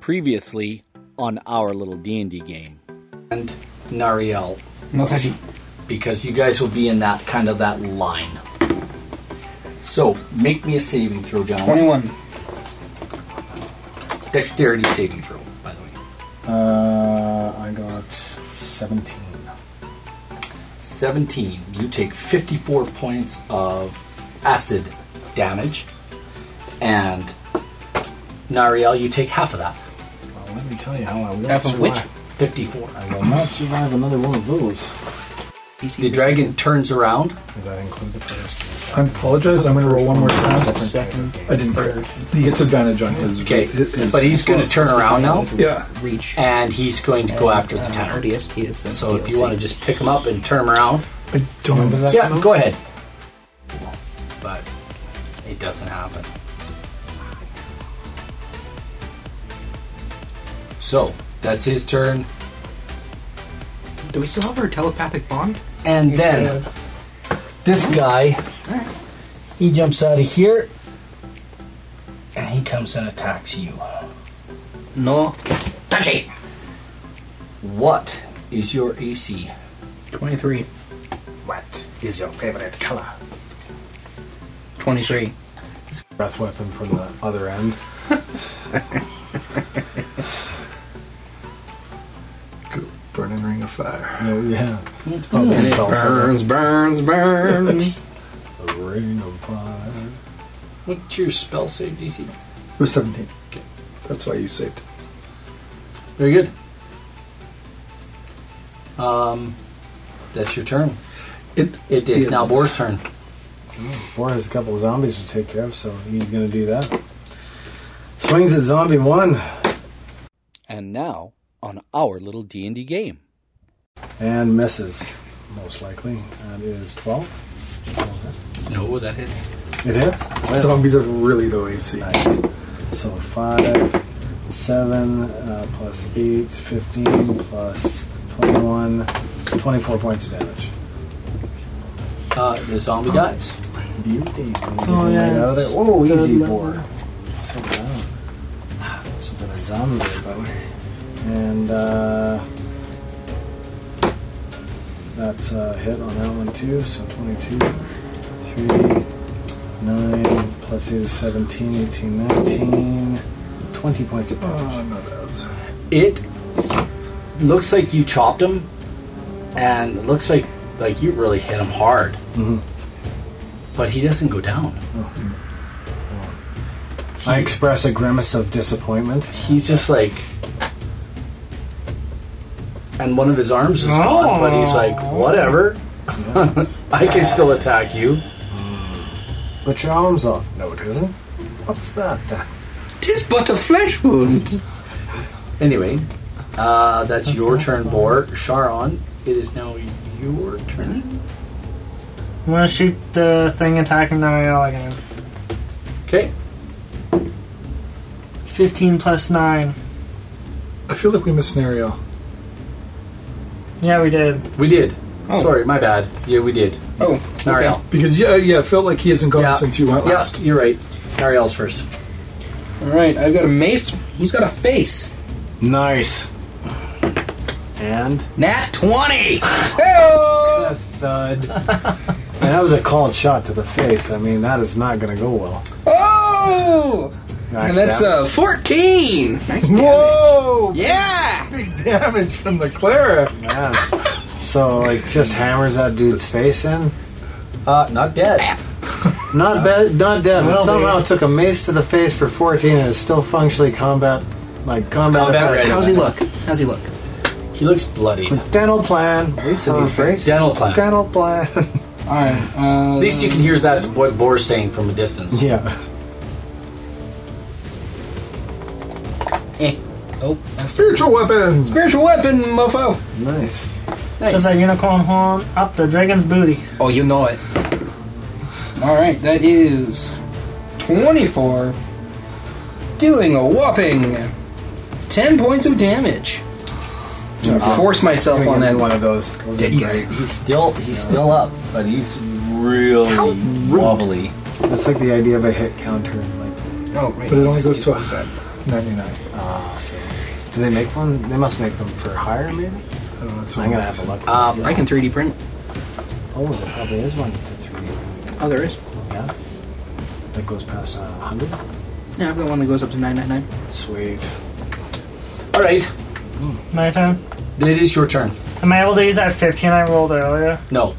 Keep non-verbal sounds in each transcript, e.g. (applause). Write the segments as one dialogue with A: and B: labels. A: previously on our little D&D game.
B: And Nariel,
C: 私
B: because you guys will be in that kind of that line. So make me a saving throw, gentlemen.
C: 21
B: Dexterity saving throw, by the way.
D: Uh, I got 17.
B: 17, you take 54 points of acid damage, and Nariel, you take half of that.
D: Well, let me tell you how I will
C: Half of
D: survive.
C: which?
B: 54.
D: I will not survive another one of those.
B: The dragon turns around.
D: Does that include the first?
E: I apologize. I'm going to roll one more time.
D: Second.
E: I didn't. Third. He gets advantage on his.
B: Okay,
E: his- his-
B: but he's going to turn around now,
E: Yeah.
F: Reach.
B: and he's going to go
F: Uh,
B: after the
F: uh,
B: tower.
F: ODST is. a
B: So if you
F: DLC.
B: want to just pick him up and turn him around,
E: I don't remember that.
B: yeah, go ahead. But it doesn't happen. So that's his turn.
F: Do we still have our telepathic bond?
B: And then this guy, he jumps out of here and he comes and attacks you.
F: No.
B: Touchy! What is your AC?
F: 23.
B: What is your favorite color?
F: 23.
D: Breath weapon from the other end.
E: Burning ring of fire.
D: No, yeah.
B: It's probably
F: And it burns, burns, burns.
D: A ring of fire.
B: What's your spell save DC?
E: It was 17.
B: Okay.
E: That's why you saved.
B: Very good. Um, that's your turn.
E: It.
B: It is now
E: Yes.
B: Boar's turn.
D: Boar has Oh, a couple of zombies to take care of, so he's going to do that. Swings at zombie one
A: And now on our little D&D game.
D: and misses, most likely. That is 12.
B: No, that hits.
D: It hits.
E: Zombies are really low AC.
D: Nice. So 5, 7, uh, plus 8, 15, plus 21, 24 points of damage.
B: Uh, the zombie dies.
D: Beauty. Oh, yeah. Right out of there. Whoa, easy board. So down. So then a zombie there, buddy. And, uh, that's a hit on that one too, so 22, 3, 9, plus 8 is 17, 18, 19, 20 points of damage.
E: Oh, not as.
B: It looks like you chopped him, and it looks like like you really hit him hard.
D: Mhm.
B: But he doesn't go down.
D: I express a grimace of disappointment.
B: He's just like, and one of his arms is gone. But he's like, whatever. (laughs) I can still attack you.
D: Put your arms off. No, it isn't. What's that? That
F: Tis but a flesh wound.
B: Anyway, uh, that's,
D: That's
B: your
D: not
B: turn,
D: fun.
B: Bor. Sharon, it is now your turn.
G: I'm gonna shoot the thing attacking Nariel again.
B: Okay.
G: 15 plus 9.
E: I feel like we missed scenario.
G: Yeah, we did.
B: We did.
F: Oh.
B: Sorry, my bad. Yeah, we did.
F: Oh,
B: Nariel.
E: Because yeah, yeah, I felt like he hasn't gone
B: Yeah.
E: since you went
B: Yeah,
E: last.
B: you're right. Nariel's first.
F: Alright, I've got a mace. He's got a face.
D: nice. And
F: Nat
B: (laughs)
F: 20!
D: a thud. (laughs) And that was a cold shot to the face. I mean, that is not going to go well.
F: Oh! And that's
D: Accident.
F: uh, 14! Nice damage.
E: Whoa!
F: Yeah!
E: Big damage from the cleric.
D: Yeah. So, like, just hammers that dude's face in.
B: Uh, not dead.
D: Not bad, not dead, but
G: Well,
D: somehow took a mace to the face for 14 and is still functionally combat, like, combat,
B: Combat
D: effect.
B: ready.
F: How's he look? How's he look?
B: He looks bloody. At
D: Dental plan. Huh.
B: Dental plan.
D: Dental plan. (laughs)
F: Alright, uh. At
B: least you can hear that's what Bor's saying from a distance.
D: yeah.
F: Oh, that's
E: Spiritual weapons.
F: Spiritual weapon, mofo!
D: Nice.
G: Just a unicorn horn up the dragon's booty.
F: Oh, you know it. Alright, that is 24, dealing a whopping 10 points of damage. To force myself
D: Gonna
F: on
D: give me
F: that
D: one of those. those are
F: Dicks.
D: great.
B: He's still he's still up, but he's really wobbly.
D: That's like the idea of a hit counter. Like,
F: Oh, right.
E: But it only goes to a. 99.
D: Ah, so. Do they make one? They must make them for hire, maybe?
E: I don't know, it's
D: I'm gonna have to look. Uh,
B: Um,
C: I can 3D print.
D: oh, there probably is one to 3D.
C: Oh, there is.
D: Yeah? That goes past uh, 100?
C: Yeah, I've got one that goes up to 999.
D: Sweet.
B: All right,
G: My turn.
B: then it is your turn.
G: Am I able to use that 15 I rolled earlier?
B: No,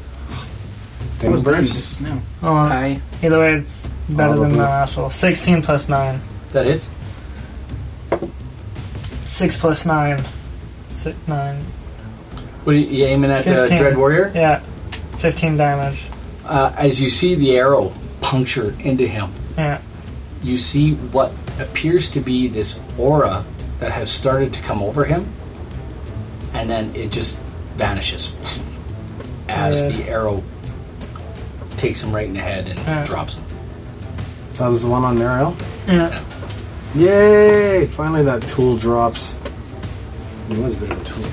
C: What was then?
D: Things-
C: This is now.
G: Oh,
C: I.
G: either way, it's better than
D: Probably.
G: the last roll. 16 plus 9.
B: that hits.
G: 6 plus 9. Six, 9.
B: What are you, you aiming at the
G: Fifteen.
B: Dread Warrior?
G: Yeah. 15 damage.
B: Uh, as you see the arrow puncture into him,
G: Yeah.
B: you see what appears to be this aura that has started to come over him, and then it just vanishes (laughs) as
G: Yeah.
B: the arrow takes him right in the head and
G: Yeah.
B: drops him.
D: That was the one on Nuriel?
G: Yeah.
D: Yay! Finally, that tool drops. It was a bit of a tool.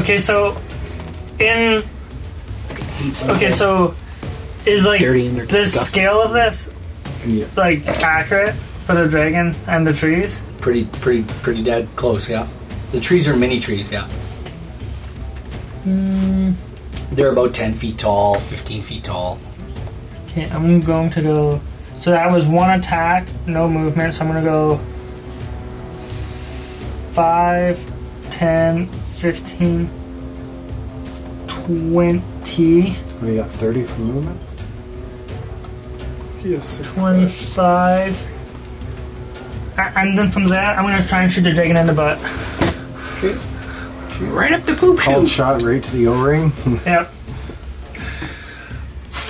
G: Okay, so. In. Okay, so. Is like.
C: Dirty and they're
G: The
C: disgusting.
G: scale of this,
D: Yeah.
G: like, accurate for the dragon and the trees?
B: Pretty, pretty, pretty dead close. Yeah, the trees are mini trees. Yeah, they're about ten feet tall, fifteen feet tall.
G: Okay, I'm going to go. So that was one attack, no movement. So I'm going to go 5, 10, 15, 20,
D: What do you got? 30 for movement?
E: Yes,
G: 25. A- And then from there, I'm going to try and shoot the dragon in the butt.
C: Right up the poop
D: Cold
C: chute.
D: shot right to the O (laughs) ring.
G: Yep,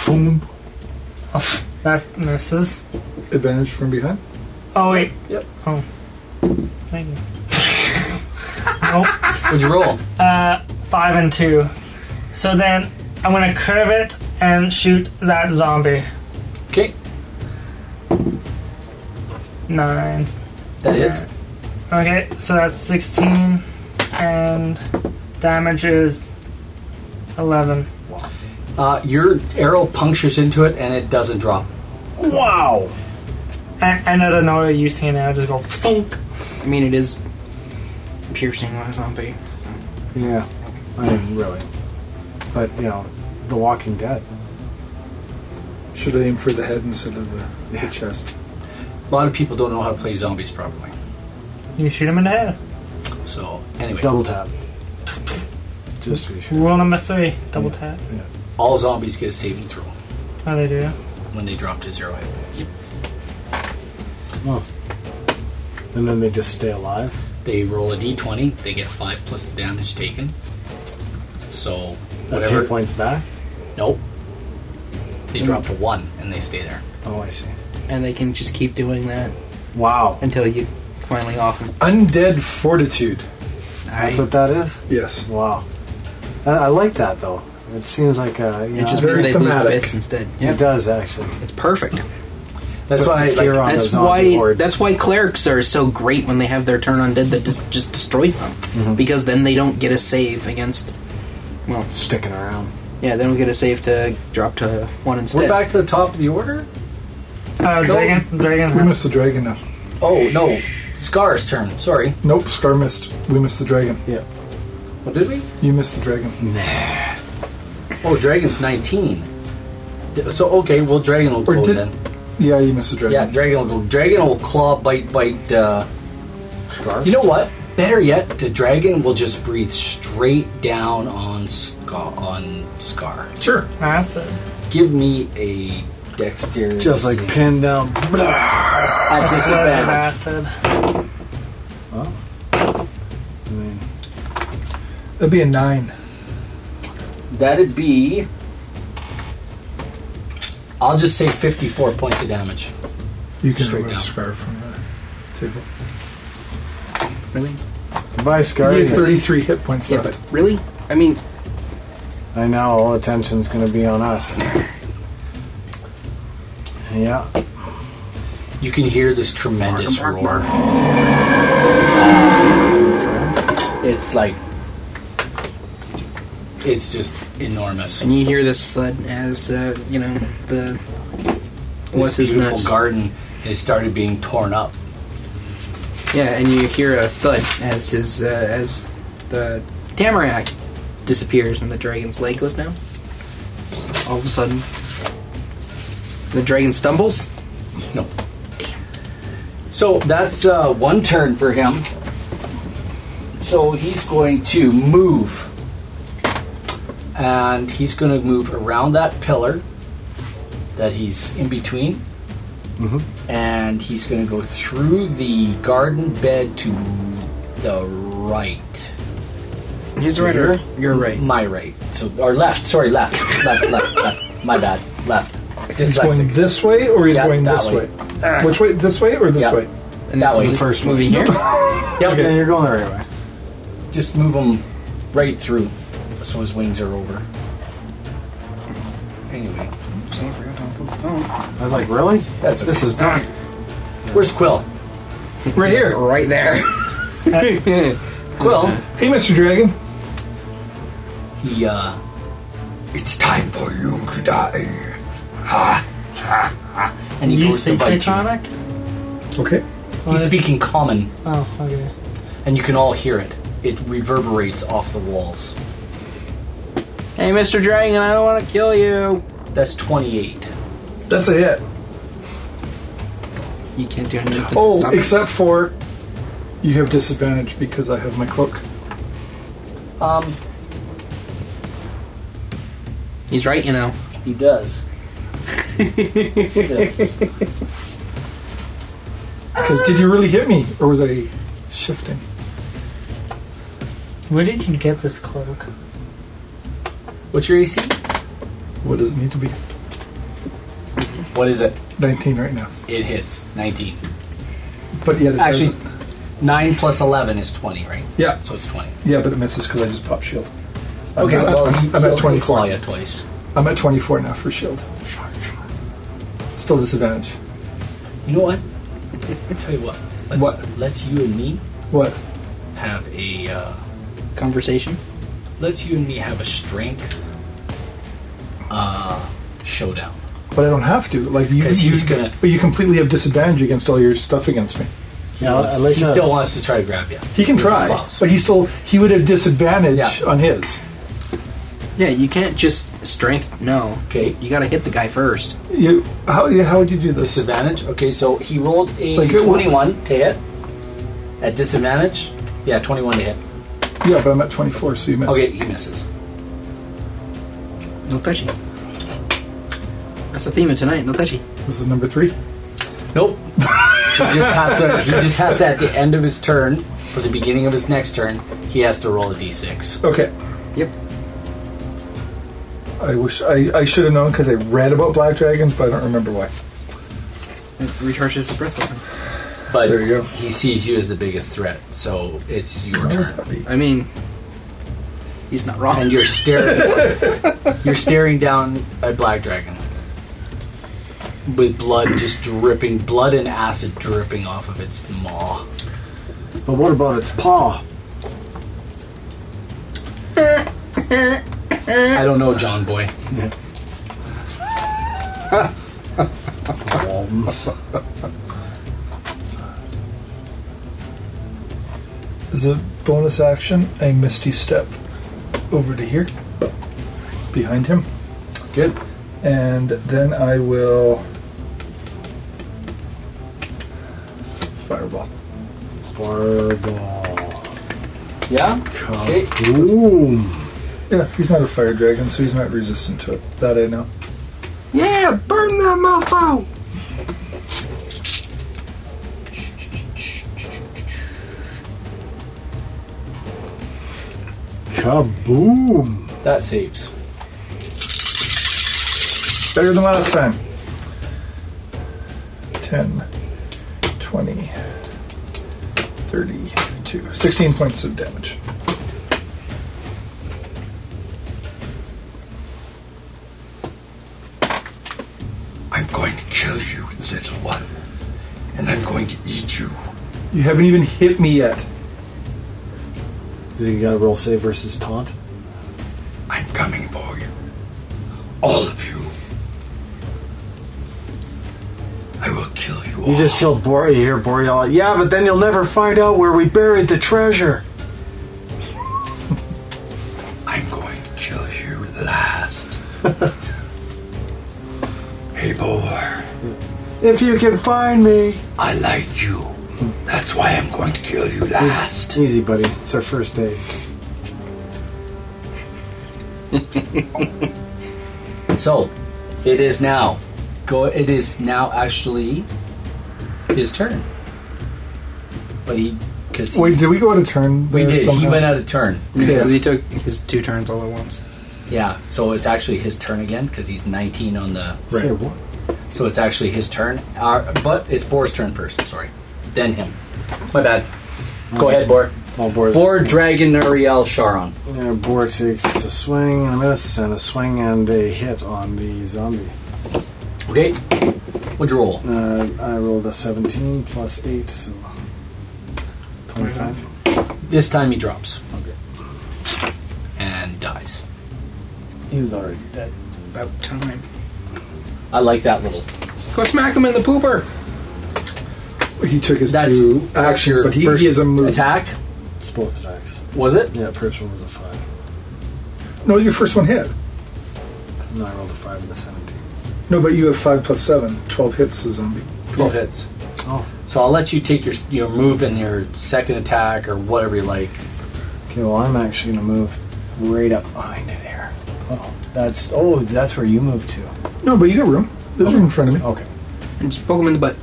D: Boom.
G: that misses.
E: Advantage from behind?
G: Oh, wait.
B: Yep.
G: Oh. Thank you. nope.
B: What'd you roll?
G: Uh, five and two. So then I'm gonna curve it and shoot that zombie.
B: Okay,
G: Nine.
B: that hits.
G: Okay, so that's sixteen, and damage is eleven.
B: Uh, your arrow punctures into it and it doesn't drop.
D: Wow!
G: And, and I don't know what you see now. Just go thunk.
C: (laughs) I mean, it is piercing on a zombie.
D: Yeah, I mean, really. But, you know, The Walking Dead.
E: Should aim for the head instead of the, the chest.
B: A lot of people don't know how to play zombies properly.
G: You shoot him in the head.
B: So anyway,
D: Double tap. Just to be sure.
G: Rule number three: double tap.
B: all zombies get a saving throw
G: Oh, they do.
B: when they drop to zero hit points. Oh.
D: And then they just stay alive.
B: They roll a d20. They get five plus the damage taken. So
D: That's
B: whatever.
D: hit points back.
B: Nope. They drop to one and they stay there.
D: Oh, I see.
C: And they can just keep doing that
D: Wow.
C: until you finally off them.
E: Undead fortitude.
C: I,
D: That's what that is?
E: Yes.
D: Wow. I, I like that, though. It seems like, uh, you
C: it
D: know,
C: just
E: very
C: means they lose
E: thematic.
C: the bits instead.
D: it does, actually.
C: It's perfect.
B: That's
D: What's
B: why
D: the fear
B: like,
D: on the
C: That's
D: zombie
C: why.
D: horde?
C: That's why clerics are so great when they have their turn undead that just, just destroys them,
B: Mm-hmm.
C: because then they don't get a save against. Well,
D: sticking around.
C: yeah, they don't get a save to drop to one instead.
B: we're back to the top of the order.
G: Uh, dragon. Dragon.
E: We
G: has-
E: missed the dragon now.
B: Oh no, Scar's turn. Sorry.
E: Nope, Scar missed. We missed the dragon.
B: What Oh, did we?
E: You missed the dragon.
B: Oh, dragon's 19. D- So okay, well dragon will
E: Or
B: go
E: did-
B: then.
E: Yeah, you missed the dragon.
B: Yeah, dragon will go. Dragon will claw, bite, bite. Uh,
D: Scarf?
B: You know what? Better yet, the dragon will just breathe straight down on Scar. On Scar.
E: Sure.
G: Acid.
B: Give me a dexterity.
D: just like pinned down.
B: at
G: (laughs)
B: disadvantage.
G: Acid.
D: I mean,
E: That'd be a nine.
B: That'd be. I'll just say 54 points of damage.
E: You can
B: Straight
E: remove
B: down.
E: Scar from the table.
D: goodbye, Scar.
E: You have 33 hit points
C: yeah, but
E: left.
C: really, I mean,
D: I know all attention's going to be
B: (laughs)
D: on us. Yeah.
B: You can hear this tremendous roar. It's like. It's just enormous.
C: and you hear this thud as uh, you know the
B: This
C: what's his
B: beautiful
C: nuts.
B: garden has started being torn up
C: Yeah, and you hear a thud as his uh, as the tamarack disappears and the dragon's leg goes down. All of a sudden, the dragon stumbles.
B: No. So that's uh, one turn for him. So he's going to move. And he's going to move around that pillar that he's in between.
E: Mm-hmm.
B: And he's going to go through the garden bed to the right.
C: He's right. Or you're right.
B: My right. So Or left. Sorry, left. left, left, left. My bad. Left.
E: He's going
B: Dyslexic.
E: this way or he's
B: Yeah,
E: going
B: that
E: this
B: way.
E: way? Which way? This way or this
B: Yeah.
E: way?
C: And
B: That
C: this
B: way.
C: is first moving here.
B: Yep.
D: Okay, you're going the right way.
B: Just move him right through so his wings are over. Anyway,
D: I was like, really?
B: That's okay.
D: this is not
B: where's Quill?
E: Right here.
C: right there.
B: Quill,
E: Hey, Mr. Dragon.
B: he, uh. It's time for you to die. Ha, ha, ha. And he
G: You
B: goes to
G: speak
B: bite you.
G: Draconic?
E: Okay.
B: He's speaking common,
G: Oh, okay.
B: and you can all hear it. It reverberates off the walls.
C: (laughs) hey, Mr. Dragon, I don't want to kill you.
B: That's 28.
E: That's a hit.
C: You can't do anything. to
E: Oh,
C: stop it.
E: except for you have disadvantage because I have my cloak.
B: Um,
C: he's right. You know.
B: he (laughs) does. He
G: (laughs)
B: does.
E: Because did you really hit me or was I shifting?
G: Where did you get this cloak?
B: What's your AC?
E: What does it need to be?
B: What is it?
E: 19 right now.
B: It hits 19.
E: But yet it
B: Actually,
E: doesn't.
B: 9 plus 11 is 20, right?
E: Yeah,
B: So it's 20.
E: yeah, but it misses because I just popped shield. I'm
B: Okay,
E: at,
B: well, he,
E: I'm
B: he'll-
E: at
B: he'll
E: 24.
B: fly it twice.
E: I'm at 24 now for shield. Still disadvantage.
B: You know what? I tell you what. Let's,
E: What?
B: Let's you and me
E: What?
B: have a. Uh,
C: Conversation.
B: let's you and me have a strength uh, showdown.
E: But I don't have to. Like you,
B: 'Cause
E: you
B: he's gonna-
E: but you completely have disadvantage against all your stuff against me.
B: He,
D: No,
B: wants-
D: I like
B: he
D: that.
B: still wants to try to grab you.
E: He can
B: With his
E: try,
B: claws.
E: but he still he would have disadvantage
B: Yeah.
E: on his.
C: Yeah, you can't just strength. No,
B: Okay.
C: you got to hit the guy first.
E: You how you- how would you do this?
B: Disadvantage. Okay, so he rolled a
E: Like, it would-
B: 21 to hit. At disadvantage? Yeah, 21 to hit.
E: Yeah, but I'm at 24, so you miss.
B: Okay, he misses.
C: No touchy. That's the theme of tonight. No touchy.
E: This is number three.
B: Nope. he just has to. He just has to at the end of his turn, for the beginning of his next turn, he has to roll a d6.
E: Okay.
C: Yep.
E: I wish I, I should have known because I read about black dragons, but I don't remember why.
C: It recharges the breath weapon.
B: But
E: There you go.
B: he sees you as the biggest threat, so it's your turn.
C: I mean, he's not wrong.
B: And you're
E: (laughs)
B: staring. you're staring down at black dragon with blood just dripping, blood and acid dripping off of its maw.
D: But what about its paw?
B: I don't know, John boy.
D: Walden's.
E: As a bonus action, a misty step over to here, behind him,
B: Good.
E: and then I will fireball.
D: Fireball.
B: Yeah. Okay.
D: Boom.
E: Yeah, he's not a fire dragon, so he's not resistant to it. That I know.
C: Yeah, burn that mofo.
D: Kaboom.
B: That saves.
E: Better than last time. 10, 20, 32. 16 points of damage.
H: I'm going to kill you, little one. And I'm going to eat you.
E: You haven't even hit me yet.
D: Is he gonna roll save versus taunt?
H: I'm coming for you. All of you. I will kill you
D: You just hear Bor- you hear Boreal. Yeah, but then you'll never find out where we buried the treasure.
H: I'm going to kill you last. (laughs) hey, Boar,
D: If you can find me.
H: I like you. That's why I'm going to kill you last.
D: Easy, buddy. It's our first date.
B: So, it is now. Go. It is now actually his turn. But he, because
E: Wait, did we go out of turn?
B: we
E: there
B: did. He
E: somehow?
B: went out of turn.
C: Because he took his two turns all at once.
B: Yeah. So it's actually his turn again because he's 19 on the.
D: Say what?
B: So it's actually his turn. Our, but it's Boar's turn first. Sorry, then him. My bad. Go ahead, Boar.
D: Oh, Boar's-
B: Boar, Dragon, Uriel, Sharon.
D: Yeah, Boar takes a swing and a miss, and a swing and a hit on the zombie.
B: Okay. What'd you roll?
D: Uh, I rolled a 17 plus 8, so 25.
B: This time he drops. Okay. And dies.
D: He was already dead.
C: About time.
B: I like that little.
C: Go smack him in the pooper.
E: He took his
B: That's-
E: two
B: that's
E: actions,
B: your
E: but he,
B: first
E: he is a move.
B: Attack?
D: It's both attacks.
B: Was it?
D: Yeah, first one was a 5.
E: No, your first one hit.
D: No, I rolled a 5 and a 17.
E: No, but you have five plus seven. Twelve hits a zombie.
B: 12 hits.
D: Oh.
B: So I'll let you take your your move and your second attack or whatever you like.
D: Okay, well, I'm actually going to move right up behind it here. Oh, that's oh, that's where you moved to.
E: No, but you got room. There's room in front of me.
D: Okay.
C: And just poke him in the butt.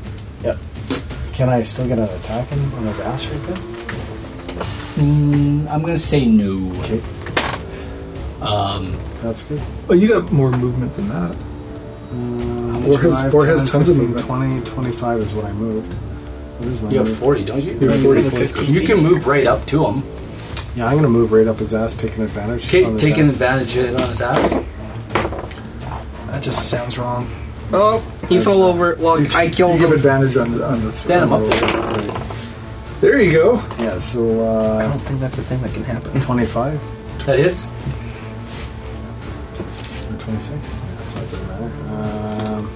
D: Can I still get an attack in on his ass right there?
B: Mm, I'm going to say no.
D: Okay.
B: Um,
D: That's good.
E: Oh, you got more movement than that.
D: Um,
E: Boar Uh, has- Boar has tons of movement.
D: 20, 25 is what I moved. What is my
B: you have
D: move?
B: 40, don't you?
E: You have 40
C: Another 15
B: You
C: feet.
B: can move right up to him.
D: Yeah, I'm going to move right up his ass, taking advantage.
B: Okay,
D: on his
B: taking
D: ass.
B: advantage of it on his ass.
C: That just sounds wrong. Oh, he fell over. Look, I killed
E: You have
C: him.
E: advantage on the, on the
B: Stand him up there.
E: There you go.
D: Yeah, so uh,
C: think that's the thing that can happen.
D: 25
B: That hits?
D: or 26. Yeah, so it doesn't matter. Um,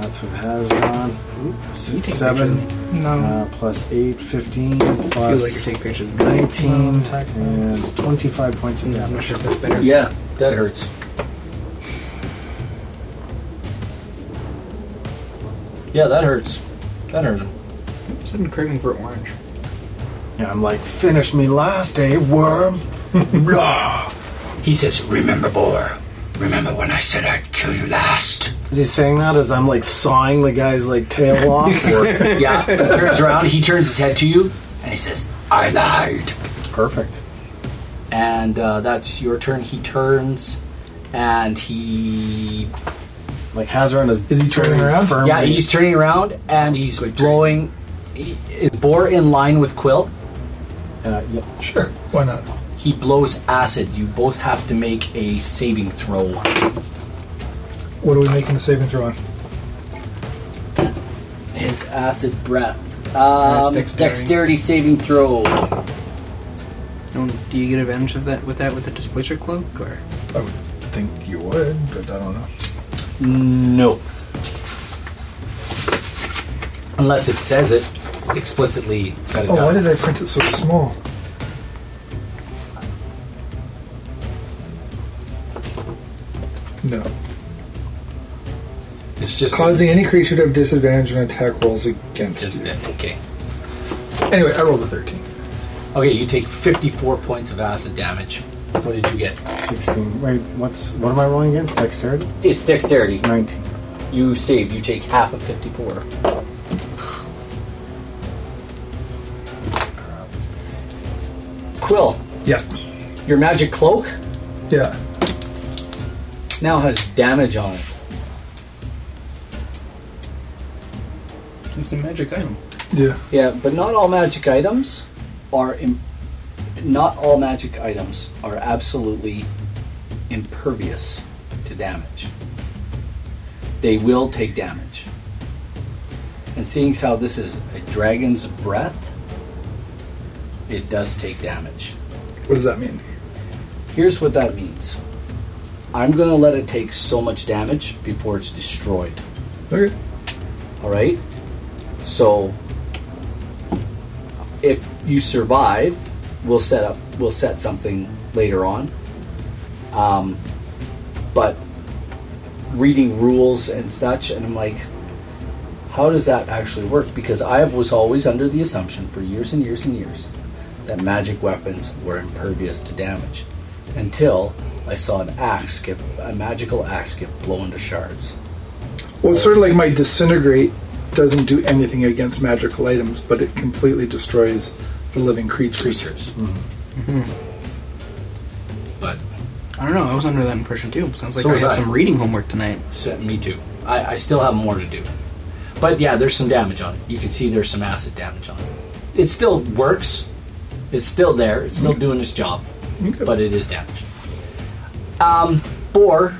D: that's with hazard on.
C: You take
D: Oops,
C: pictures
D: seven
C: of me.
G: No.
D: uh, plus 8, 15
C: I feel like you
D: plus
C: take pictures of me.
D: 19
G: Tax
D: and 25 points of
C: I'm not
D: damage.
C: sure if that's better.
B: Yeah, that hurts. Yeah, that hurts. That hurt him.
C: Sudden craving for orange.
D: Yeah, I'm like, finish me last day,
E: (laughs)
D: worm.
H: Blah. He says, Remember, Boar, remember when I said I'd kill you last?
D: Is he saying that as I'm like sawing the guy's like
E: (laughs)
D: tail off? Or-
B: Yeah, he turns around, he turns his head to you, and he says,
H: I lied.
D: Perfect.
B: and uh, that's your turn. He turns, and he
D: Like Hazaran is
E: Is he turning around?
D: Firmly.
B: yeah, he's turning around and he's
C: Good
B: blowing. He, is Boar in line with Quill?
D: Uh, yeah.
B: Sure.
E: Why not?
B: He blows acid. You both have to make a saving throw.
E: What are we making the saving throw on?
B: His acid breath. Um,
C: dexterity.
B: dexterity saving throw.
C: Um, Do you get advantage of that with that with the displacer cloak or?
E: I would think you would, but I don't know.
B: No. Unless it says it explicitly that it
E: Oh, why
B: does.
E: did I print it so small? No.
B: It's just
E: Causing any creature to have disadvantage on attack rolls against
B: It's
E: you.
B: dead. Okay.
E: Anyway, I rolled a 13.
B: Okay, you take 54 points of acid damage. What did you get?
D: 16. Wait, what's what am I rolling against? Dexterity?
B: It's dexterity.
D: 19.
B: You save. You take half of 54. Quill,
E: Yeah.
B: your magic cloak
E: Yeah.
B: now has damage on it.
C: It's a magic item.
E: Yeah.
B: Yeah, but not all magic items are. Im- not all magic items are absolutely impervious to damage. They will take damage. And seeing as how this is a dragon's breath, it does take damage.
E: What does that mean?
B: Here's what that means I'm going to let it take so much damage before it's destroyed.
E: Okay.
B: All right?
A: So if you survive, we'll set up we'll set something later on. Um, but reading rules and such, and I'm like, how does that actually work? Because I was always under the assumption for years and years and years that magic weapons were impervious to damage until I saw an axe get a magical axe get blown to shards.
E: Well, it's sort of like my disintegrate doesn't do anything against magical items, but it completely destroys the living creatures.
B: Creatures.
C: I don't know. I was under that impression too. Sounds like
B: So
C: I
B: was
C: have
B: I.
C: some reading homework tonight.
B: So, me too. I, I still have more to do. But yeah, there's some damage on it. You can see there's some acid damage on it. It still works. It's still there. It's still doing its job. But it is damaged. Um, Boar,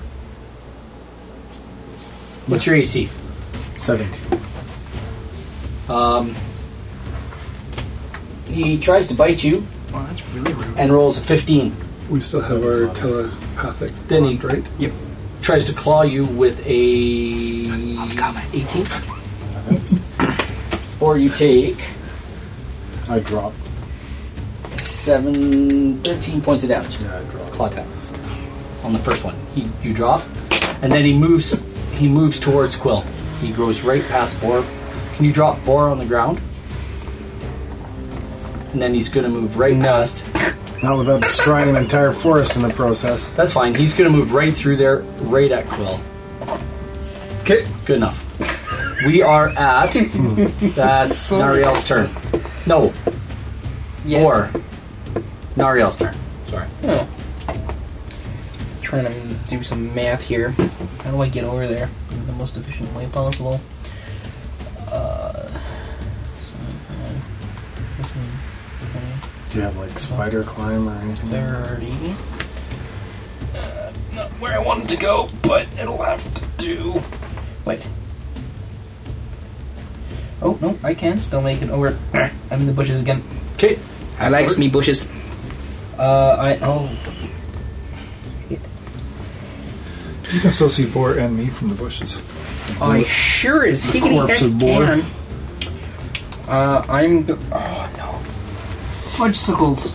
B: what's your AC?
D: 17.
B: Um, he tries to bite you
C: Well, that's really rude.
B: and rolls a 15.
E: We still have
D: That is
E: our
D: not-
E: telepathic
B: Then he-
E: bond, right?
B: Tries to claw you with a 18. or you take
D: I drop.
B: seven, 13 points of damage.
D: Yeah, I drop.
B: claw attacks on the first one. He, you drop, and then he moves. He moves towards Quill. He goes right past Bor. Can you drop Bor on the ground? And then he's gonna move right past.
D: Not without destroying an entire forest in the process.
B: That's fine. He's gonna move right through there, right at Quill.
E: Okay.
B: Good enough. We are at. (laughs) That's Nariel's turn. No,
C: Yes.
B: or Nariel's turn. Sorry.
C: trying to do some math here. How do I get over there in the most efficient way possible? Uh, so, uh, this one,
D: Do you have like spider climb or anything?
C: 30. Uh, not where I wanted to go, but it'll have to do. Wait. Oh, no, I can still make it over. (clears throat) I'm in the bushes again.
B: Okay.
C: I likes me bushes.
F: Uh, I
C: Oh.
E: You can still see Boar and me from the bushes.
C: I sure is higgity
E: corpse
C: heck
E: of boar.
C: can.
F: uh, I'm go- oh no fudgesicles.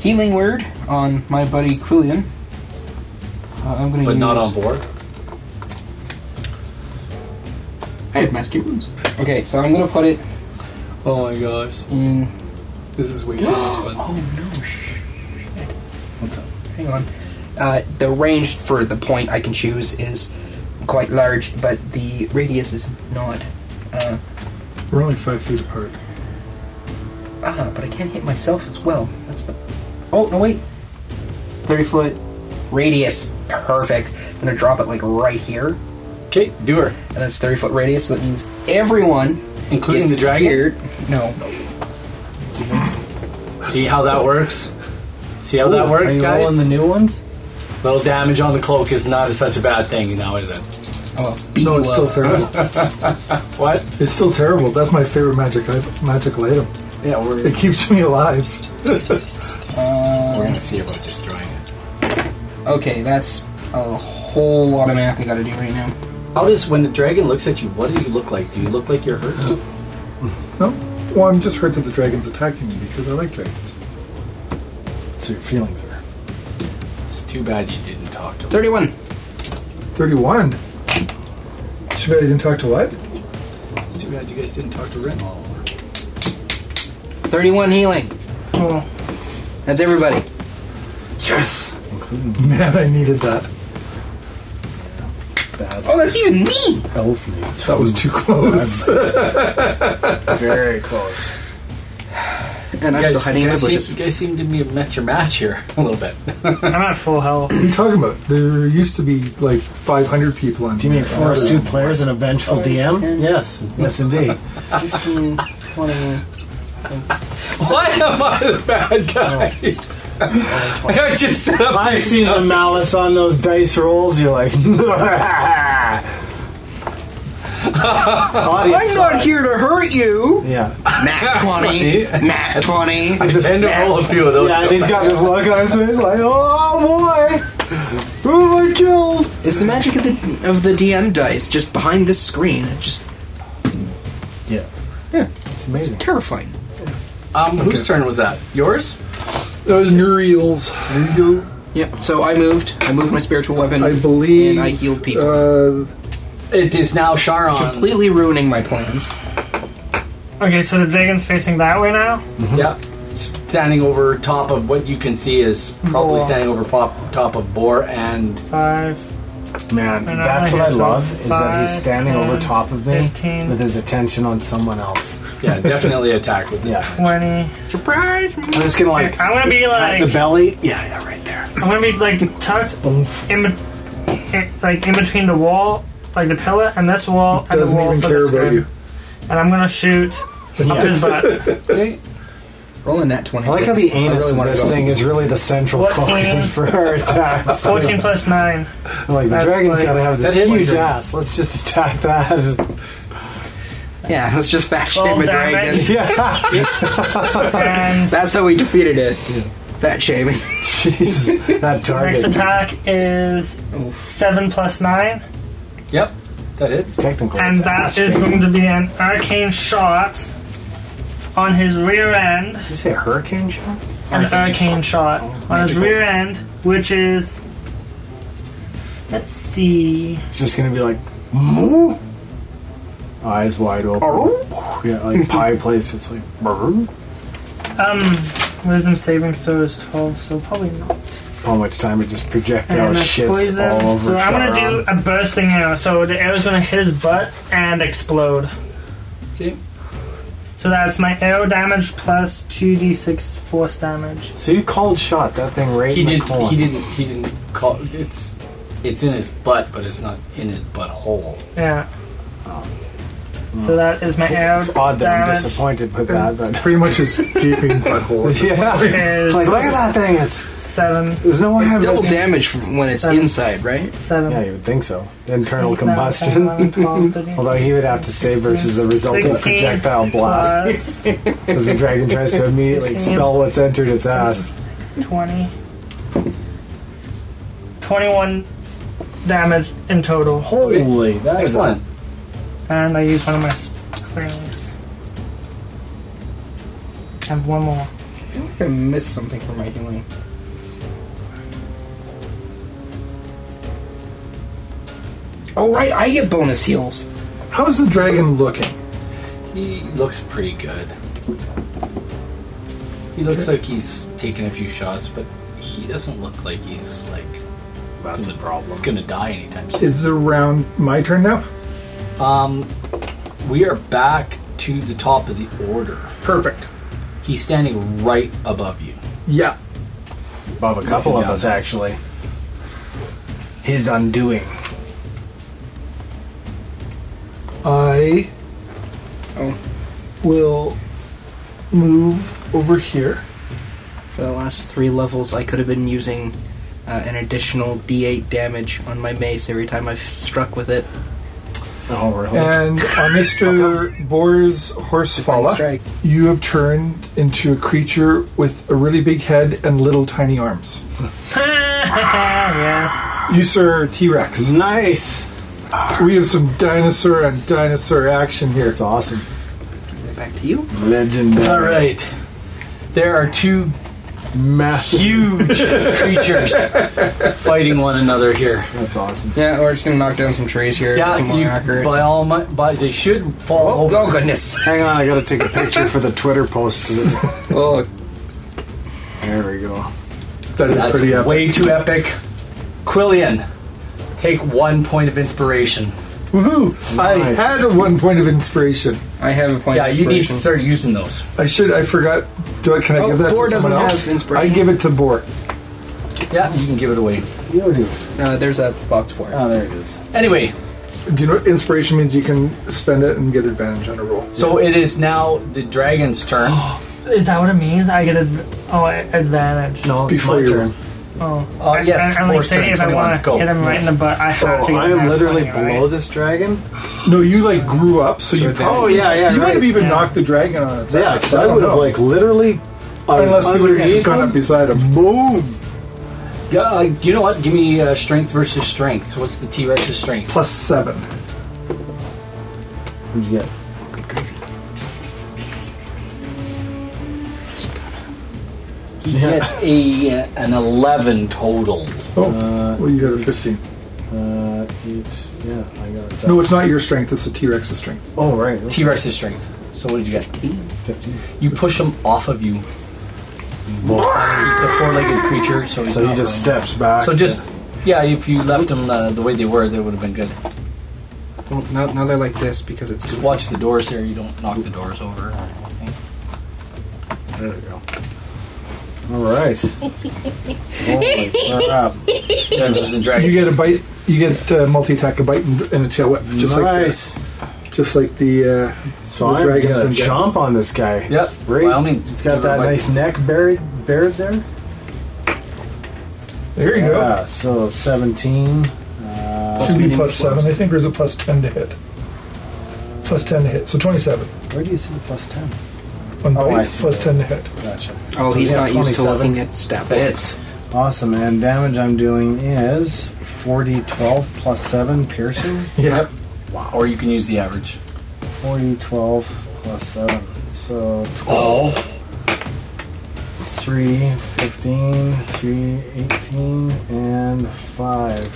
F: Healing word on my buddy Quillian. Uh, I'm gonna
B: But
F: use
B: not on board.
C: I have masking wounds.
F: Okay, so I'm gonna put it
B: Oh my gosh.
F: in.
B: This is way too much fun.
C: (gasps) Oh no! Shh. Hang on. Uh, the range for the point I can choose is quite large, but the radius is not. Uh,
E: We're only five feet apart.
C: ah, but I can't hit myself as well. That's the. Oh no! Wait. Thirty foot radius. Perfect. I'm gonna drop it like right here,
B: Okay, do her.
C: and that's thirty foot radius. So that means everyone,
B: Including
C: gets
B: the dragon.
C: Here. No. Oh,
B: See how that works? See how that
D: Are
B: works,
D: you
B: guys?
D: rolling the new ones?
B: Little damage on the cloak is not such a bad thing now, is it?
C: Oh, well,
E: No,
C: B
E: it's still
C: well.
E: terrible.
B: What?
E: (laughs) it's still terrible. That's my favorite magic i- magical item.
B: Yeah, we're,
E: It keeps me alive.
B: we're gonna see about destroying it.
F: Okay, that's a whole lot of math I gotta do right now.
B: How does when the dragon looks at you? What do you look like? Do you look like you're hurt?
E: No? Well, I'm just hurt that the dragon's attacking me because I like dragons.
D: So your feelings are.
B: It's too bad you didn't talk to. Him.
F: Thirty-one.
E: 31. Too bad I didn't talk to
D: (laughs)
E: what?
B: It's too bad you guys didn't talk to Ren all over.
F: 31 healing.
B: Oh.
C: That's everybody.
E: Yes! Man, I needed that.
C: Oh, that's even me.
D: Elf needs.
E: That was too close.
D: (laughs) very close.
C: And I'm
B: you
C: still
B: guys,
C: hiding
B: you
C: in my
B: guys
C: bushes.
B: seem, you guys seem to be met your match here (laughs) a little bit.
G: I'm at full health.
E: What are you talking about? There used to be like 500 people on
D: Do you mean
E: here.
D: force two players and a vengeful DM? Yes. Yes, indeed.
C: 15, 20,
B: Why am I the bad guy? (laughs) I got just set up.
D: I've seen the malice on those dice rolls. You're like, (laughs) audience.
C: I'm
D: saw it.
C: not here to hurt you.
D: Yeah.
C: Nat 20. Nat 20.
B: I tend to roll a few of those.
D: Yeah, and he's got this look on his face like, oh boy. Who am I killed?
C: It's the magic of the of the DM dice just behind this screen. It just
D: Yeah.
C: Yeah.
D: It's amazing.
C: Terrifying.
B: Um, whose turn was that? Yours?
E: That was Nuriel's.
C: Yep. So I moved. I moved my spiritual weapon.
E: I believe.
C: And I healed people.
E: Uh,
B: It is now Sharon.
C: completely ruining my plans.
G: Okay, so the dragon's facing that way now.
B: Yeah. Mm-hmm. Standing over top of what you can see is probably
G: Boar.
B: standing over pop, top of Boar and
G: Five,
D: Man,
G: And
D: that's
G: I
D: what I
G: guess
D: love
G: I'm
D: is that he's
G: five,
D: standing
G: 10,
D: over top of me
G: 15.
D: with his attention on someone else.
B: yeah, (laughs) definitely attack with
D: Yeah.
G: twenty.
C: Surprise! me.
D: I'm just gonna like
G: I'm gonna be
D: pat the
G: like,
D: belly. Yeah, yeah, right there.
G: I'm gonna be like tucked
D: Oomph.
G: in, be- in, like in between the wall, like the pillar and this wall, and the
E: doesn't
G: wall
E: even
G: for
E: care
G: this
E: about
G: one.
E: you.
G: And I'm gonna shoot up his butt.
C: Okay. Rolling that twenty.
D: I like how the
C: please.
D: anus
C: really
D: of
C: wanna
D: this
C: go.
D: thing is really the central focus for our attacks.
G: Fourteen plus nine.
D: Like the
G: That's
D: dragon's
G: like-
D: gotta have this
B: That's
D: huge
B: like-
D: ass. Let's just attack that. (laughs)
C: Yeah, let's just fat shame
G: Roll
C: a dragon.
G: damage.
D: yeah.
G: And
C: That's how we defeated it. Fat shaming.
D: Jesus, that
G: next
D: target.
G: attack is seven plus nine,
B: Yep. That hits.
D: Technical.
G: and
D: attack.
G: that is going to be an arcane shot on his rear end.
D: Did you say hurricane shot?
G: an arcane shot on his rear end, which is. Let's see.
D: It's just gonna be like, "Moo?" eyes wide open. Yeah, like
G: (laughs)
D: pie place. It's like, "Brrr."
G: Um, wisdom saving throw is 12, so probably not.
D: how much time it just projectile
G: And that's
D: shits
G: poison.
D: all over.
G: so I'm gonna
D: Sharon.
G: do a bursting arrow. So the arrow's gonna hit his butt and explode.
B: Okay.
G: So that's my arrow damage plus 2d6 force damage.
D: So you called shot that thing right
B: He
D: in the
B: did
D: corn.
B: he didn't he didn't call it's it's in his butt, but it's not in his butthole.
G: Yeah. So that is my arrow
D: It's odd that I'm
G: damage.
D: disappointed with that,
G: (laughs)
D: but (laughs)
E: Pretty much
C: (laughs)
E: his gaping butthole.
D: yeah. (laughs)
G: Is
D: Like, look at that thing. It's
G: seven,
D: there's no way
C: It's
D: I've
C: double
D: just-
C: damage from when it's
G: Seven.
C: inside, right?
G: seven.
D: Yeah, you would think so. Internal
G: Eight, nine, ten,
D: combustion.
G: 11,
D: (laughs)
G: 12, 13.
D: Although he would have to save versus the result of the
G: 16
D: projectile blast,
G: plus
D: because the dragon tries to immediately
G: 16.
D: expel what's entered its ass.
G: 20. 21 damage in total.
D: Holy, that is
B: Excellent.
G: And I use one of my springs. I have one more.
C: I think I missed something from my healing. Oh right, I get bonus heals.
E: How's the dragon looking?
B: He looks pretty good. He looks like he's taken a few shots, but he doesn't look like he's like
D: That's a problem.
B: gonna die anytime soon.
E: Is around my turn now?
B: Um we are back to the top of the order.
E: Perfect.
B: He's standing right above you.
E: Yeah.
D: Above a couple of us, actually. His undoing.
E: I
C: Oh.
E: will move over here.
C: For the last three levels, I could have been using uh, an additional D8 damage on my mace every time I've struck with it.
D: Oh, really?
E: And
C: (laughs)
E: on Mr. Boar's Horsefalla,
C: Strike.
E: you have turned into a creature with a really big head and little tiny arms.
G: yes.
E: You, sir, T Rex.
D: nice.
E: We have some dinosaur and dinosaur action here.
D: That's awesome.
C: Back to you.
D: Legendary.
B: All right. There are two
D: Massive. (laughs)
B: huge creatures fighting one another here.
D: That's awesome.
C: Yeah, we're just gonna knock down some trees here.
B: Yeah,
C: Get more
B: you,
C: accurate.
B: by all my, by they should fall
C: oh,
B: over.
C: oh
B: (laughs)
C: goodness.
D: Hang on, I gotta take a picture for the Twitter post.
C: Oh,
D: There we go.
E: That is
B: That's
E: pretty epic.
B: way too epic. Quillian, take one point of inspiration.
E: Woohoo! I
D: Nice.
E: had a one point of inspiration.
C: I have a point.
B: Yeah,
C: of
B: you need to
C: inspiration.
B: start using those.
E: I should. I forgot. Do I? Can I
C: Oh,
E: give that
C: Boar
E: to
C: doesn't
E: someone
C: have
E: else?
C: inspiration.
E: I give it to Boar.
B: Yeah, you can give it away.
D: You do.
C: Uh, there's a box for it.
B: Uh,
D: Oh, there it is.
B: Anyway,
E: Do you know what inspiration means? You can spend it and get advantage on a roll.
B: so it is now the dragon's turn.
G: Is that what it means? I get ad- oh, a- advantage.
D: No,
E: Before
D: my
E: you-
D: turn.
G: Oh,
B: Uh,
G: I-
B: yes,
G: I, I, like
B: force
G: say
B: turn,
G: if I
B: 21,
G: want to
B: go.
G: hit him right in the butt, Oh, I
D: So
G: have to get
D: I am
G: that
D: literally
G: 20, right?
D: below this dragon.
E: No, you like grew up, so you
B: advantage.
E: probably.
D: Oh, yeah, yeah.
E: You might have even
G: Yeah.
E: knocked the dragon on its
D: Yeah,
E: ass.
D: so I
E: don't
D: would have
E: know.
D: like literally. I was
E: Unless he would have
D: underneath
E: gone up
D: him.
E: beside him.
D: Boom.
B: Yeah, uh, you know what? Give me uh, strength versus strength. What's the T Rex's strength?
E: Plus seven.
D: What'd you get?
C: Good gravy.
B: He gets a uh, an eleven total.
E: Oh,
D: Uh,
E: well, you got a
D: eight.
E: 15.
D: Uh, eight. Yeah, I got it.
E: No, it's not your strength, it's the T Rex's strength.
D: Oh, right.
B: T Rex's strength. So what did you get?
D: 15.
B: You push him off of you. He's a four-legged creature, so he's
D: So he
B: not
D: just
B: running.
D: steps back.
B: So just yeah, if you left them uh, the way they were, they would have been good.
C: Well, now, now they're like this because it's
B: Just
C: goofy.
B: watch the doors there. You don't knock the doors over. or anything.
C: There we go.
D: All right. Holy crap.
B: Dungeons and
E: You
B: Dragons.
E: get a bite, you get uh, multi attack, a bite, and, and a tail whip. Just
D: nice.
E: like the, Just like the. Uh,
D: so
E: the
D: I'm
E: dragon's
D: gonna
E: been getting-
D: chomp on this guy.
B: Yep.
D: Right.
B: By all means,
D: It's got
B: give her a
D: that
B: bite.
D: nice neck buried, buried there.
E: there you
D: Yeah. So 17. Uh,
E: It's be plus 7, I think, or is it plus 10 to hit? Plus 10 to hit, so 27.
D: where do you see the plus 10?
E: One
D: Oh, I
E: bite,
D: see.
E: plus 10 to hit.
D: Gotcha.
C: Oh,
D: So
C: he's
D: we have
C: not used to
D: 27.
C: looking at stat
B: That
C: points.
B: hits.
D: Awesome, and damage I'm doing is 40, 12 plus 7 piercing.
E: Yeah.
B: Or you can use the average.
D: 40, 12 plus 7. So 12, 3, 15, 3, 18, and 5.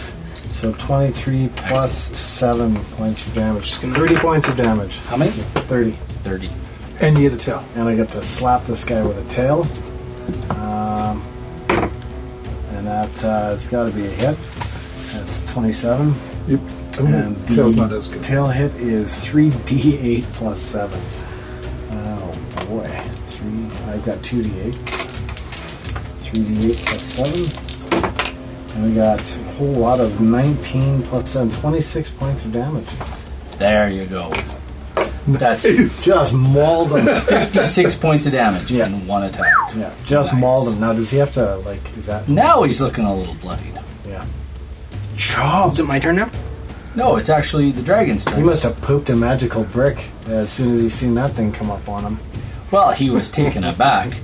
D: So 23 plus 7 points of damage. 30 points of damage.
B: How many?
D: 30.
B: Thirty.
E: And you get a tail.
D: And I get to slap this guy with a tail. Um, and that uh, it's got to be a hit. That's 27.
E: And
D: And the
E: tail's not as good.
D: Tail hit is 3d8 plus 7. Oh boy. Three, I've got 2d8. 3d8 plus 7. And we got a whole lot of 19 plus 7. 26 points of damage.
B: There you go. That's
D: Just mauled him.
B: fifty-six points of damage
D: Yeah.
B: in one attack.
D: (laughs) yeah, just mauled him. Now, does he have to, like, is that.
B: Now he's looking a little bloodied.
D: Yeah.
C: Is it my turn now?
B: No, it's actually the dragon's
D: He
B: turn.
D: must have pooped a magical brick uh, as soon as he seen that thing come up on him.
B: well, he was taken aback,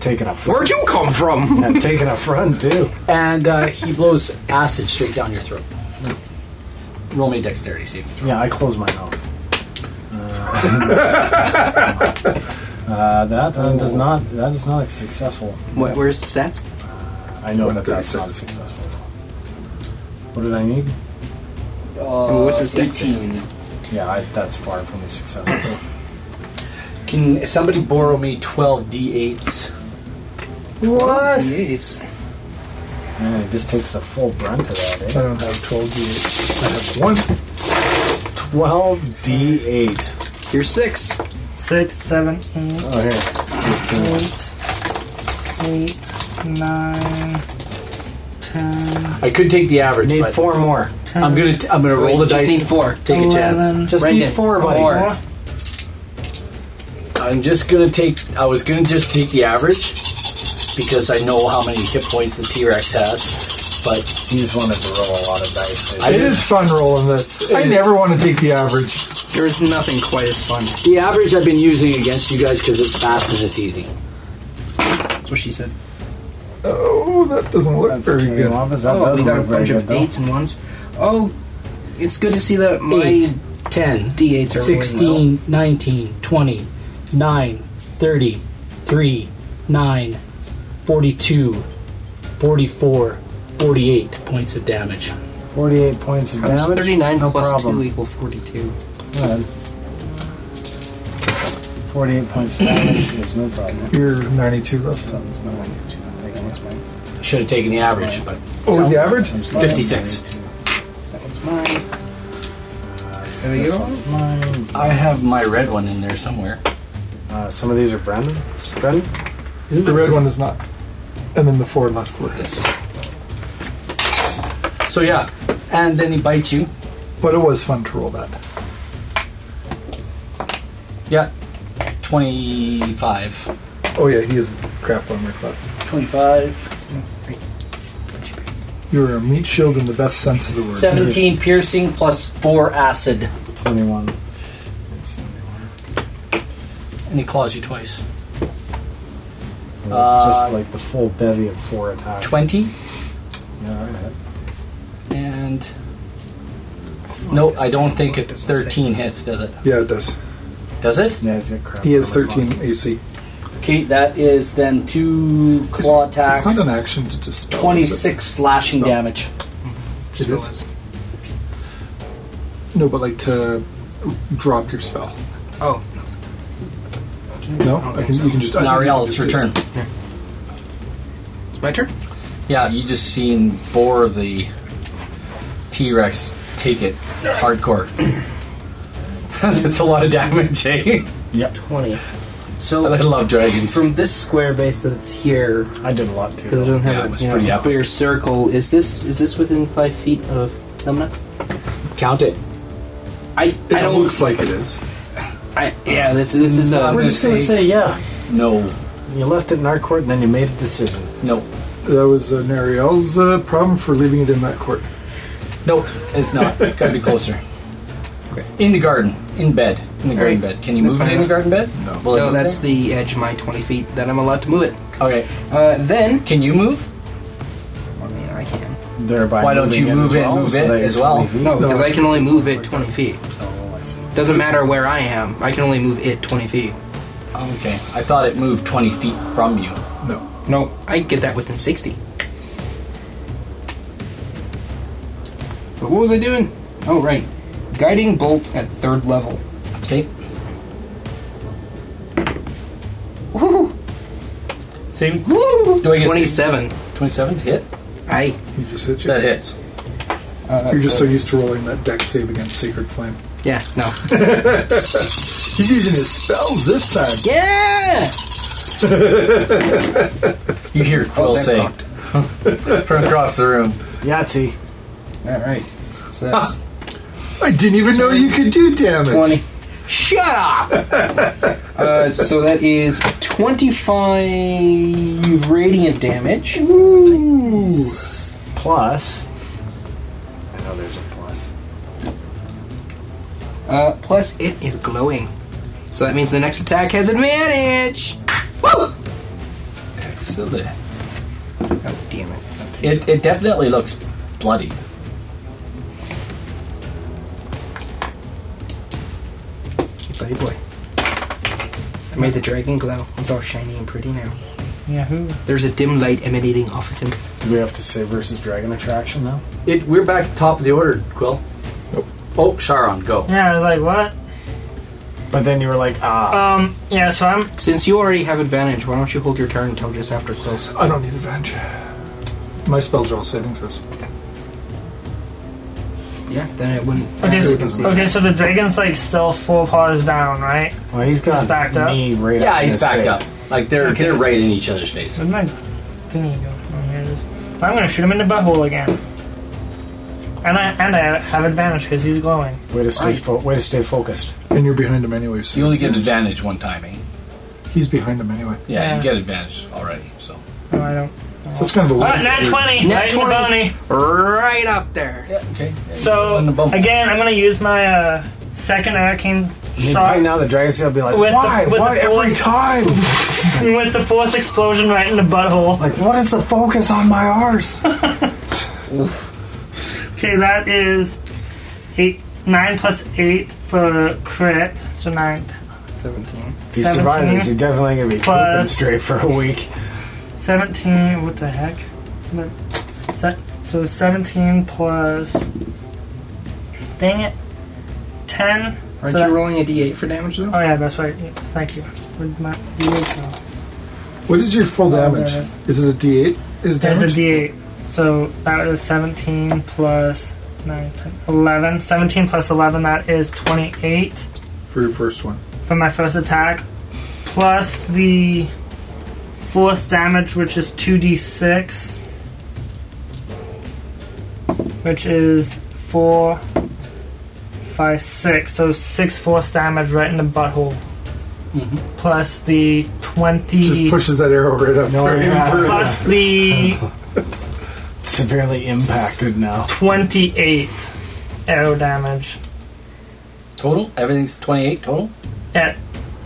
D: Taking a
C: Where'd
D: front.
C: you come from? (laughs)
D: Yeah, taking a front, (laughs) too.
B: and uh, he blows acid straight down your throat. Roll me a dexterity saving throw.
D: Yeah, I close my mouth. Uh, (laughs) uh, that uh, does not. That is not successful.
C: What, where's the stats?
D: I know that that's not
E: 136.
D: successful. What did I need? Uh,
C: Oh, what's his dex?
D: Yeah, I, that's far from me successful.
B: Can somebody borrow me twelve d8s?
D: what?
C: Jeez.
D: Man, it just takes the full brunt of that.
E: I
D: Eh?
E: don't have 12 d8. I have 1.
D: Twelve d eight.
C: You're six.
G: Six, seven, eight,
D: Oh here.
G: eight, eight, nine, ten,
B: I could take the average.
D: Need
B: but
D: four more.
G: ten.
B: I'm gonna. I'm gonna roll
C: Wait,
B: the
C: just
B: dice.
C: need four.
B: Take a chance.
G: 11,
D: Just
C: Brendan,
D: need four, buddy.
C: four.
G: four.
B: I'm just gonna take. I was gonna just take the average because I know how many hit points the T-Rex has, but
D: You just wanted to roll a lot of dice.
B: I
E: It
B: didn't-
E: is fun rolling this. I never want to take the average.
C: There's nothing quite as fun.
B: the average I've been using against you guys because it's fast and it's easy.
C: That's what she said.
E: Oh, that doesn't look
D: That's
E: very
D: okay,
E: good.
D: Wampus. That
C: Oh, we
D: doesn't
C: got a
D: look very
C: bunch
D: good
C: of
D: though.
C: eights and ones. Oh, it's good to see that my
B: Eight. 10,
C: d8s are rolling
B: 16, 19, 20, 9, 30, 3, 9, 42, 44, 48 points of damage.
D: 48 points of
C: well. How does
D: damage.
C: 39
D: no
C: plus
D: problem.
C: 2 equal 42?
D: Good. 48 points of damage is no problem.
E: You're 92 rough.
D: So it's no one to take it. That's mine.
B: Should have taken the average, but
E: What was the average?
D: I'm just-
B: 56.
C: That one's mine. There we
D: This
C: go.
D: one's mine.
B: I have my red one in there somewhere.
D: Uh, some of these are Brandon. Brandon?
E: The red one is not. And then the four left were his.
B: Yes. So yeah, and then he bites you.
E: But it was fun to roll that.
B: Yeah. 25.
E: Oh, yeah, he is crap armor class.
B: 25.
E: You're a meat shield in the best sense of the word.
B: 17 piercing plus 4 acid.
D: 21.
B: And he claws you twice. Uh,
D: just like the full bevy of four attacks.
B: 20.
D: Yeah, all right.
B: And. No, I don't think it 13 hits, does it?
E: Yeah, it does.
B: Does it?
D: Yeah, he's got crap
E: He has
D: armor on.
E: 13 AC.
B: Okay, that is then two claw
E: it's,
B: attacks,
E: It's not an action to dispel. is it?
B: 26 slashing
E: Spell.
B: damage.
E: It is. No, but like to drop your spell.
C: Oh,
E: No,
C: don't
E: I
C: think
E: can,
C: so.
E: you can just. I think you
B: Nariel,
E: can
B: it's
E: just
B: your
E: do
B: turn.
E: it.
C: it's my turn.
B: Yeah, you just seen Boar the T Rex take it hardcore. (laughs) That's a lot of damage, eh?
F: 20.
B: I
F: So
B: love dragons.
F: from this square base that's here,
D: I did a lot too.
F: because I don't have
B: Yeah,
F: a
B: it was
F: you know,
B: pretty epic.
F: clear circle, is this is this within five feet of Thumbnut?
B: Count it.
F: I, I
E: It
F: don't.
E: looks like it is.
F: I, yeah, this this is
C: Mm-hmm.
F: a.
D: We're just gonna say yeah.
B: No,
D: You left it in our court, and then you made a decision.
B: no,
E: That was uh, Nariel's uh, problem for leaving it in that court.
B: no, it's not. Gotta be closer.
C: Okay.
B: In the garden, in bed, in the garden
C: Alright.
B: bed. Can you
C: That's
B: move it
C: fine.
B: in the garden bed?
E: No.
B: Will it
C: no,
B: move
C: that's
B: there?
C: the edge of my 20 feet that I'm allowed to move it.
B: okay.
F: Uh, then
B: Can you move?
C: I mean, I can.
D: Thereby,
B: Why don't
D: moving
B: you
D: it
B: move
D: as
B: it,
D: well,
B: move
D: so
B: it
D: that
B: as
D: you're
B: well?
D: 20 feet?
C: No, because
E: No.
C: I can only move it 20 feet.
D: Oh, I see.
C: Doesn't matter where I am. I can only move it 20 feet.
B: Okay. I thought it moved 20 feet from you.
E: No.
C: No, I get that within 60.
F: But what was I doing? Oh right, guiding bolt at third level.
B: Okay.
F: Woo!
B: See?
F: Woo!
B: Do I get
C: 27.
B: 27 to hit?
C: I
E: He just hit you.
B: That hits.
F: Uh,
E: You're just so
F: so
E: used to rolling that deck save against Sacred Flame.
C: yeah no.
E: He's using his spells this time.
F: yeah.
B: You hear Quill
F: Oh, that's
B: say
F: knocked.
B: (laughs) from across the room.
D: Yahtzee.
F: All right. So that's
E: I didn't even know you could do damage.
F: 20.
C: Shut up!
F: (laughs) Uh, so that is 25 radiant damage.
D: Plus. I know there's a plus.
F: Uh, plus,
C: It is glowing. So that means the next attack has advantage! Woo!
B: Excellent.
C: Oh, damn it.
B: It, it definitely looks bloody.
C: Buddy boy. I made the dragon glow. It's all shiny and pretty now.
G: Yahoo.
C: There's a dim light emanating off of him.
D: Do we have to say versus dragon attraction now?
B: It, we're back to top of the order, Quill.
A: Oh, Sharon, go.
G: Yeah, I was like,
D: But then you were like,
G: what?
D: ah.
G: Um, yeah, so I'm
C: Since you already have advantage, why don't you hold your turn until just after close?
E: I don't need advantage. My spells are all saving throws.
C: Yeah, then it wouldn't.
G: Okay,
C: uh,
G: so-
C: can see.
G: okay. So the dragon's like still four paws down, right?
D: well, he's got
G: He's backed up.
D: me right up.
B: Yeah,
D: in
B: he's
D: his
B: backed
D: face.
B: up. Like they're
G: Okay.
B: they're right in each other's face.
G: Where'd my thingy go? Oh, here it is. I'm gonna shoot him in the butthole again. And I and I have advantage because he's glowing.
D: Way to stay, fo- way to stay focused.
E: And you're behind him anyway, so
B: You only get advantage one time, eh?
E: he's behind him anyway.
B: Yeah,
G: Yeah.
B: you get advantage already. So
G: No, I don't.
E: So it's kind of a
B: Uh,
G: Oh,
E: waste.
G: nat twenty.
C: Nat
G: right in the
C: 20.
G: bounty.
C: Right up there!
B: yeah, okay.
G: So
B: On the bump.
G: again, I'm gonna use my uh, second arcane
D: I mean,
G: shot
D: right now the dragon's gonna be like,
G: With the-
D: why?
G: with
D: why
G: the
D: every
G: force- (laughs)
D: time?
G: with the force explosion right in the butthole.
D: Like, what is the focus on my
G: (laughs)
D: arse?
G: Okay, that is eight, nine plus eight for crit, so nine,
C: 17.
D: If he survives this, he's definitely gonna be pooping
G: Plus-
D: straight for a week.
G: 17, what the heck? But se- So 17 plus. Dang it. 10.
C: Aren't
G: so that-
C: you rolling a d8 for damage though?
G: oh, yeah, that's right. Yeah, Thank you. Where'd my D8 go?
E: What is your full
G: Oh, there
E: damage?
G: it
E: Is it a D8? Is
G: There's
E: damage?
G: a D8. So that is 17 plus 9, 10, 11. 17 plus 11, that is 28
E: for your first one.
G: for my first attack. Plus the force damage, which is 2d6. Which is 4, 5, 6. So 6 force damage right in the butthole.
B: Mm-hmm.
G: Plus the 20.
E: Just pushes that arrow right up.
D: No,
E: for him.
D: yeah.
G: Plus the
D: Severely impacted
G: (laughs)
D: now.
G: 28 arrow damage.
B: Total? Everything's twenty eight total?
G: At,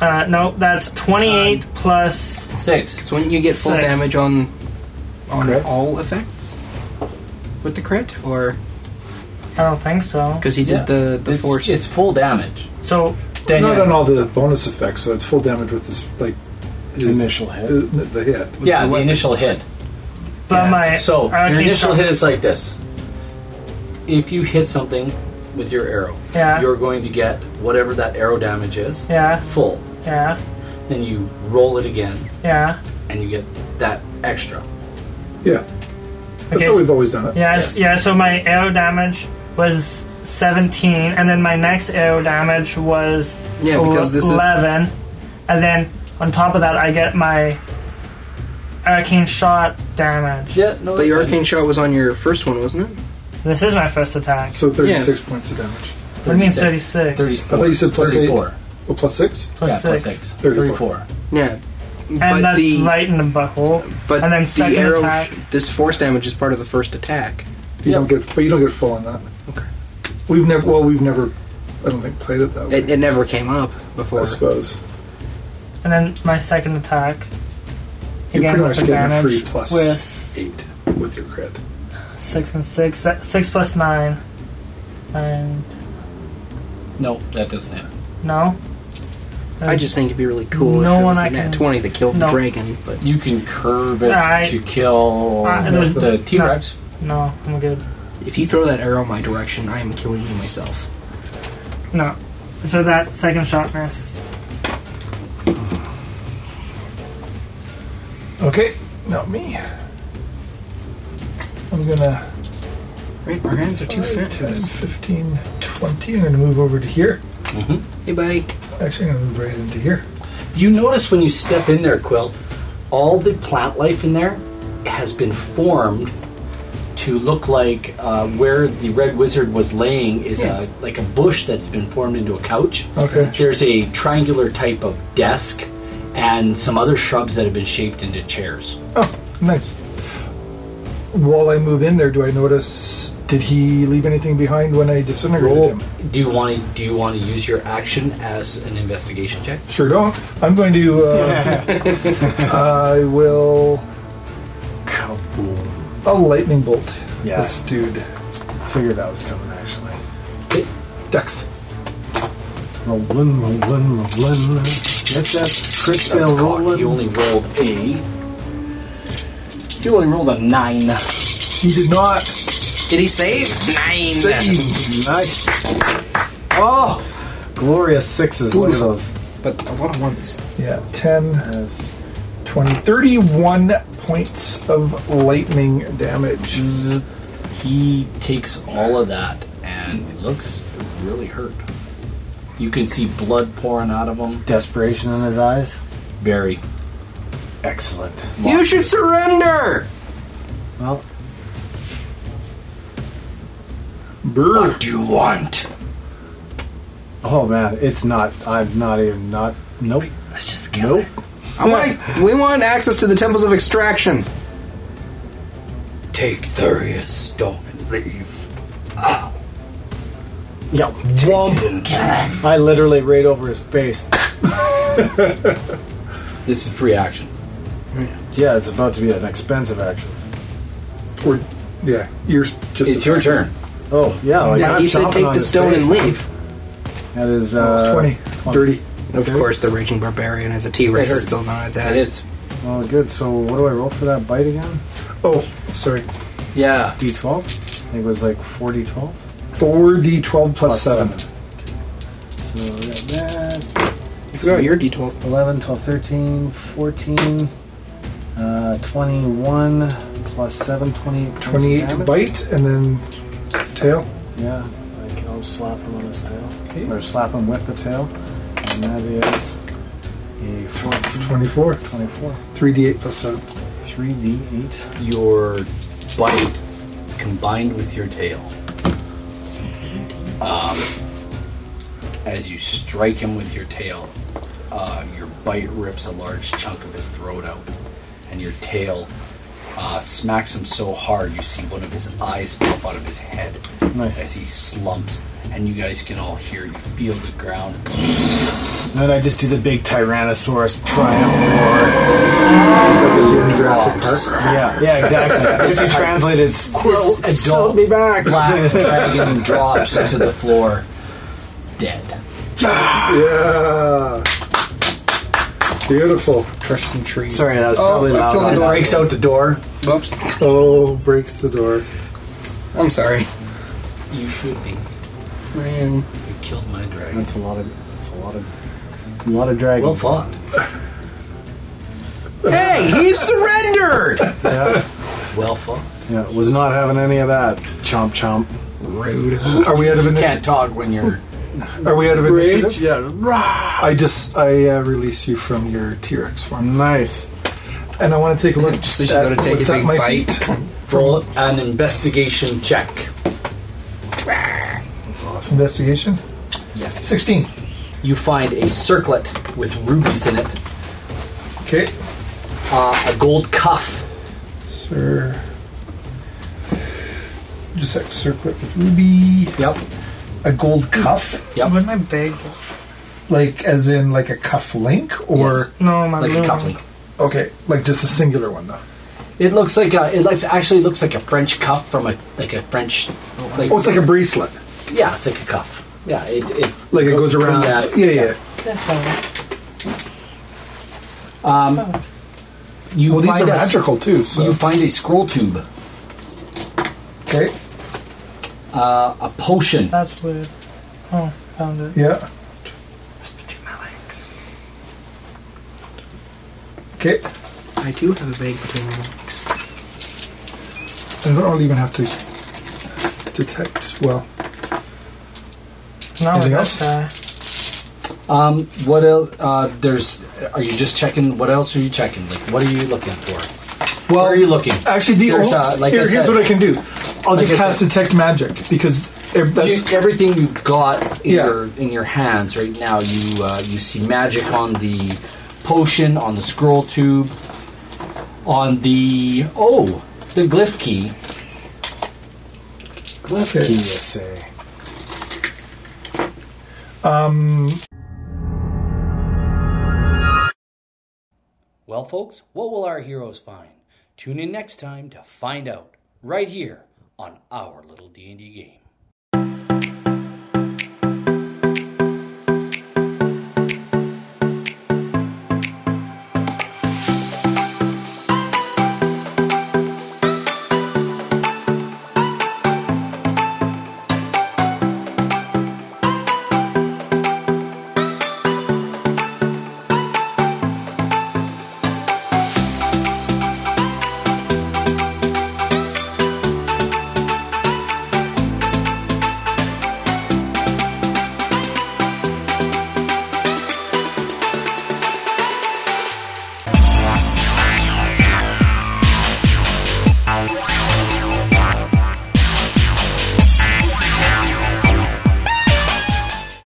G: uh, no, that's 28 plus.
B: Six.
C: So wouldn't you get full
G: Six.
C: damage on on
D: Crit?
C: all effects with the crit, or
G: I don't think so.
C: because he did
B: Yeah.
C: the the
B: it's,
C: force?
B: it's full damage.
G: So
B: Then
E: Not
B: yeah.
E: on all the bonus effects, so it's full damage with this like is
D: Initial hit.
E: is the hit.
B: yeah,
C: the
B: the
C: weapon.
B: initial hit.
G: Uh, But
C: Yeah.
G: my
B: So
G: I
B: your
G: keep
B: initial
G: shot-
B: hit is like this. If you hit something with your arrow,
G: Yeah.
B: you're going to get whatever that arrow damage is
G: Yeah,
B: full.
G: yeah,
B: Then you roll it again,
G: yeah.
B: and you get that extra.
E: Yeah, that's
G: Okay.
E: how we've always done it.
G: Yeah,
B: Yes.
G: yeah. So my arrow damage was 17, and then my next arrow damage was
C: Yeah, because this is
G: 11, and then on top of that, I get my arcane shot damage.
B: Yeah, no.
C: But your arcane shot was on your first one, wasn't it?
G: This is my first attack.
E: So 36 points of damage.
G: what do you mean 36?
E: I thought you said plus
B: 34.
E: Oh, plus six?
G: Plus
B: yeah, plus
G: six.
B: six.
E: 34.
B: 34.
C: Yeah.
G: And
C: but
G: that's
C: the
G: right in the butthole.
C: but
G: and then second
C: the arrow
G: attack.
C: this force damage is part of the first attack.
E: You don't get, but you don't get full on that.
C: Okay.
E: We've never. Well, we've never. I don't think played it that way.
C: It, it never came up before.
E: I suppose.
G: And then my second attack.
E: You're
G: Again,
E: pretty
G: with
E: much getting a
G: advantage,
E: free plus
G: with
E: eight with your crit.
G: six and six. That, six plus nine. And
B: No, that doesn't happen.
G: no.
C: I just think it'd be really cool
G: No
C: if it
G: one
C: was
G: I
C: the nat
G: can-
C: 20 that killed
G: no.
C: the dragon, but
B: You can curve it
G: I-
B: to kill
G: I-
B: the,
G: Uh, no,
B: the T Rex.
G: no. I'm good.
C: if you throw that arrow my direction, I am killing you myself.
G: No. So that second shot missed.
E: Okay, not me. I'm gonna.
C: Right? Our hands are too
E: Five,
C: fat. for
E: ten,
C: this.
E: 15, 20. I'm gonna move over to here.
C: Hey, buddy.
E: Actually, I'm gonna move right into here.
B: Do you notice when you step in there, Quilt, all the plant life in there has been formed to look like uh, where the red wizard was laying is
C: Yes.
B: a, like a bush that's been formed into a couch.
E: Okay.
B: There's a triangular type of desk and some other shrubs that have been shaped into chairs.
E: Oh, nice. While I move in there, do I notice? Did he leave anything behind when I disintegrated
B: Roll.
E: him?
B: Do you want to do you want to use your action as an investigation check?
E: Sure don't. I'm going to.
D: (laughs)
E: Uh, I will.
D: Kaboom.
E: A lightning bolt.
D: Yeah.
E: This dude.
D: Figured that was coming actually.
E: Dex.
D: Rolling, rolling, rolling. That's that crit
B: That's
D: fail
B: cocked.
D: rolling.
B: You only rolled a. You only rolled a nine.
E: He did not
C: Did he save? Nine.
D: Save. Nice. Oh, glorious sixes. Look at those.
C: But a lot of ones.
E: Yeah, 10,
D: Yes.
E: 20, 31 points of lightning damage.
B: He takes all of that and looks really hurt. You can see blood pouring out of him.
D: Desperation in his eyes.
B: Very.
D: Excellent.
C: You should surrender!
D: Well,
E: Brr.
H: Do you want?
D: oh man, it's not. I'm not even not. Nope.
H: Let's just kill nope.
C: I want, we want access to the temples of extraction.
H: Take Thuria's stone and leave.
D: Yeah. Womp.
H: Didn't kill him.
D: I literally right over his face.
B: This is free action.
D: Yeah, it's about to be an expensive action.
E: Or, yeah, you're just.
B: It's your turn.
D: Oh yeah. Like
C: yeah,
D: I'm
C: he said
D: chomping
C: take the
D: on his
C: stone
D: face.
C: and leave.
D: That is
E: Oh,
D: uh,
E: 20,
D: 20.
E: Dirty.
C: Of
D: Okay.
C: course, the Raging Barbarian has a T Rex
B: It
C: is
B: hurt.
C: still not
B: That
C: dead.
B: hits.
D: Well, good. So what do I roll for that bite again?
E: Oh, sorry.
B: Yeah.
D: D12. I think it was like 4d12.
E: 4d12 plus 7.
D: So we got that.
C: Oh, you're D12.
D: 11, 12, 13, 14, uh, 21, plus 7, 28. points of
E: 28 to
D: damage.
E: bite, and then tail.
D: Yeah, I can I'll slap him on his tail. Or slap him with the tail. And that is a 14,
E: 24.
D: 24,
E: 3d8 plus 7.
D: 3d8.
B: Your bite combined with your tail. Um, as you strike him with your tail, uh, your bite rips a large chunk of his throat out, and your tail uh, smacks him so hard you see one of his eyes pop out of his head
D: Nice.
B: as he slumps. And you guys can all hear you feel the ground.
D: And then I just do the big Tyrannosaurus triumph roar.
E: It's like a deer in Jurassic Park.
D: Yeah, yeah, exactly. if you translate it, it's
B: Quill, adult,
D: me
B: (laughs)
D: back.
B: black dragon drops to the floor, dead.
E: Yeah. Beautiful.
C: Crush some trees.
D: Sorry, that was
F: Oh,
D: probably
F: I've
D: loud.
F: killed
D: on
F: the
D: that.
F: door.
B: Breaks out the door.
F: Oops.
E: Oh, breaks the door.
C: I'm sorry.
B: You should be.
C: Man.
B: You killed my dragon.
D: That's a lot of. That's a lot of. A lot of dragons.
B: Well fought.
C: Hey, he surrendered!
D: yeah,
B: Well fought.
D: yeah, was not having any of that. Chomp chomp.
C: Rude.
E: Are we out of
B: You
E: initiative?
B: can't talk when you're.
E: Are we out of
D: Rage.
E: initiative?
D: Yeah. Rah!
E: I just I uh, release you from your T-Rex form,
D: Nice.
E: and I want to take a look.
C: Just she's
E: at
C: gonna take
E: what's
C: a
E: at
C: big
E: my
C: bite.
E: feet.
B: Roll an investigation check.
E: (laughs) Investigation.
B: Yes.
E: Sixteen.
B: You find a circlet with rubies in it,
E: Okay,
B: uh, a gold cuff.
E: sir. Just that circlet with ruby,
B: Yep.
E: a gold cuff,
B: Yep.
G: With my big.
E: like as in like a cuff link, or
B: Yes.
G: No, my
B: Like a
G: little
B: cufflink.
E: okay, like just a singular one though.
B: It looks like a. It looks actually looks like a French cuff from a like a French. Like,
E: Oh, it's like a bracelet.
B: yeah, it's like a cuff. Yeah, it, it
E: Like it goes around.
B: that.
E: Yeah, yeah.
B: You
E: Well, these are
B: find a-
E: magical too. So
B: You find a scroll tube,
E: okay,
B: uh, a potion,
G: That's weird. Oh, found it.
E: yeah. Okay,
C: I do have a bag between my legs.
E: I don't even have to detect. Well,
G: Now
E: Anything
G: with
E: else?
G: this guy.
B: Um, what else? Uh, there's. Are you just checking? What else are you checking? Like, what are you looking for?
E: well,
B: Where are you looking?
E: Actually, the
B: Here's,
E: only,
B: uh, like I
E: here, here's
B: said-
E: what I can do. I'll
B: Like
E: just
B: I
E: cast
B: said-
E: detect magic because ev-
B: You,
E: that's
B: everything you've got in
E: Yeah.
B: your in your hands right now, you uh, you see magic on the potion, on the scroll tube, on the oh, the glyph key.
E: okay.
D: PSA.
B: Well, folks, what will our heroes find? Tune in next time to find out right here on our little D&D game.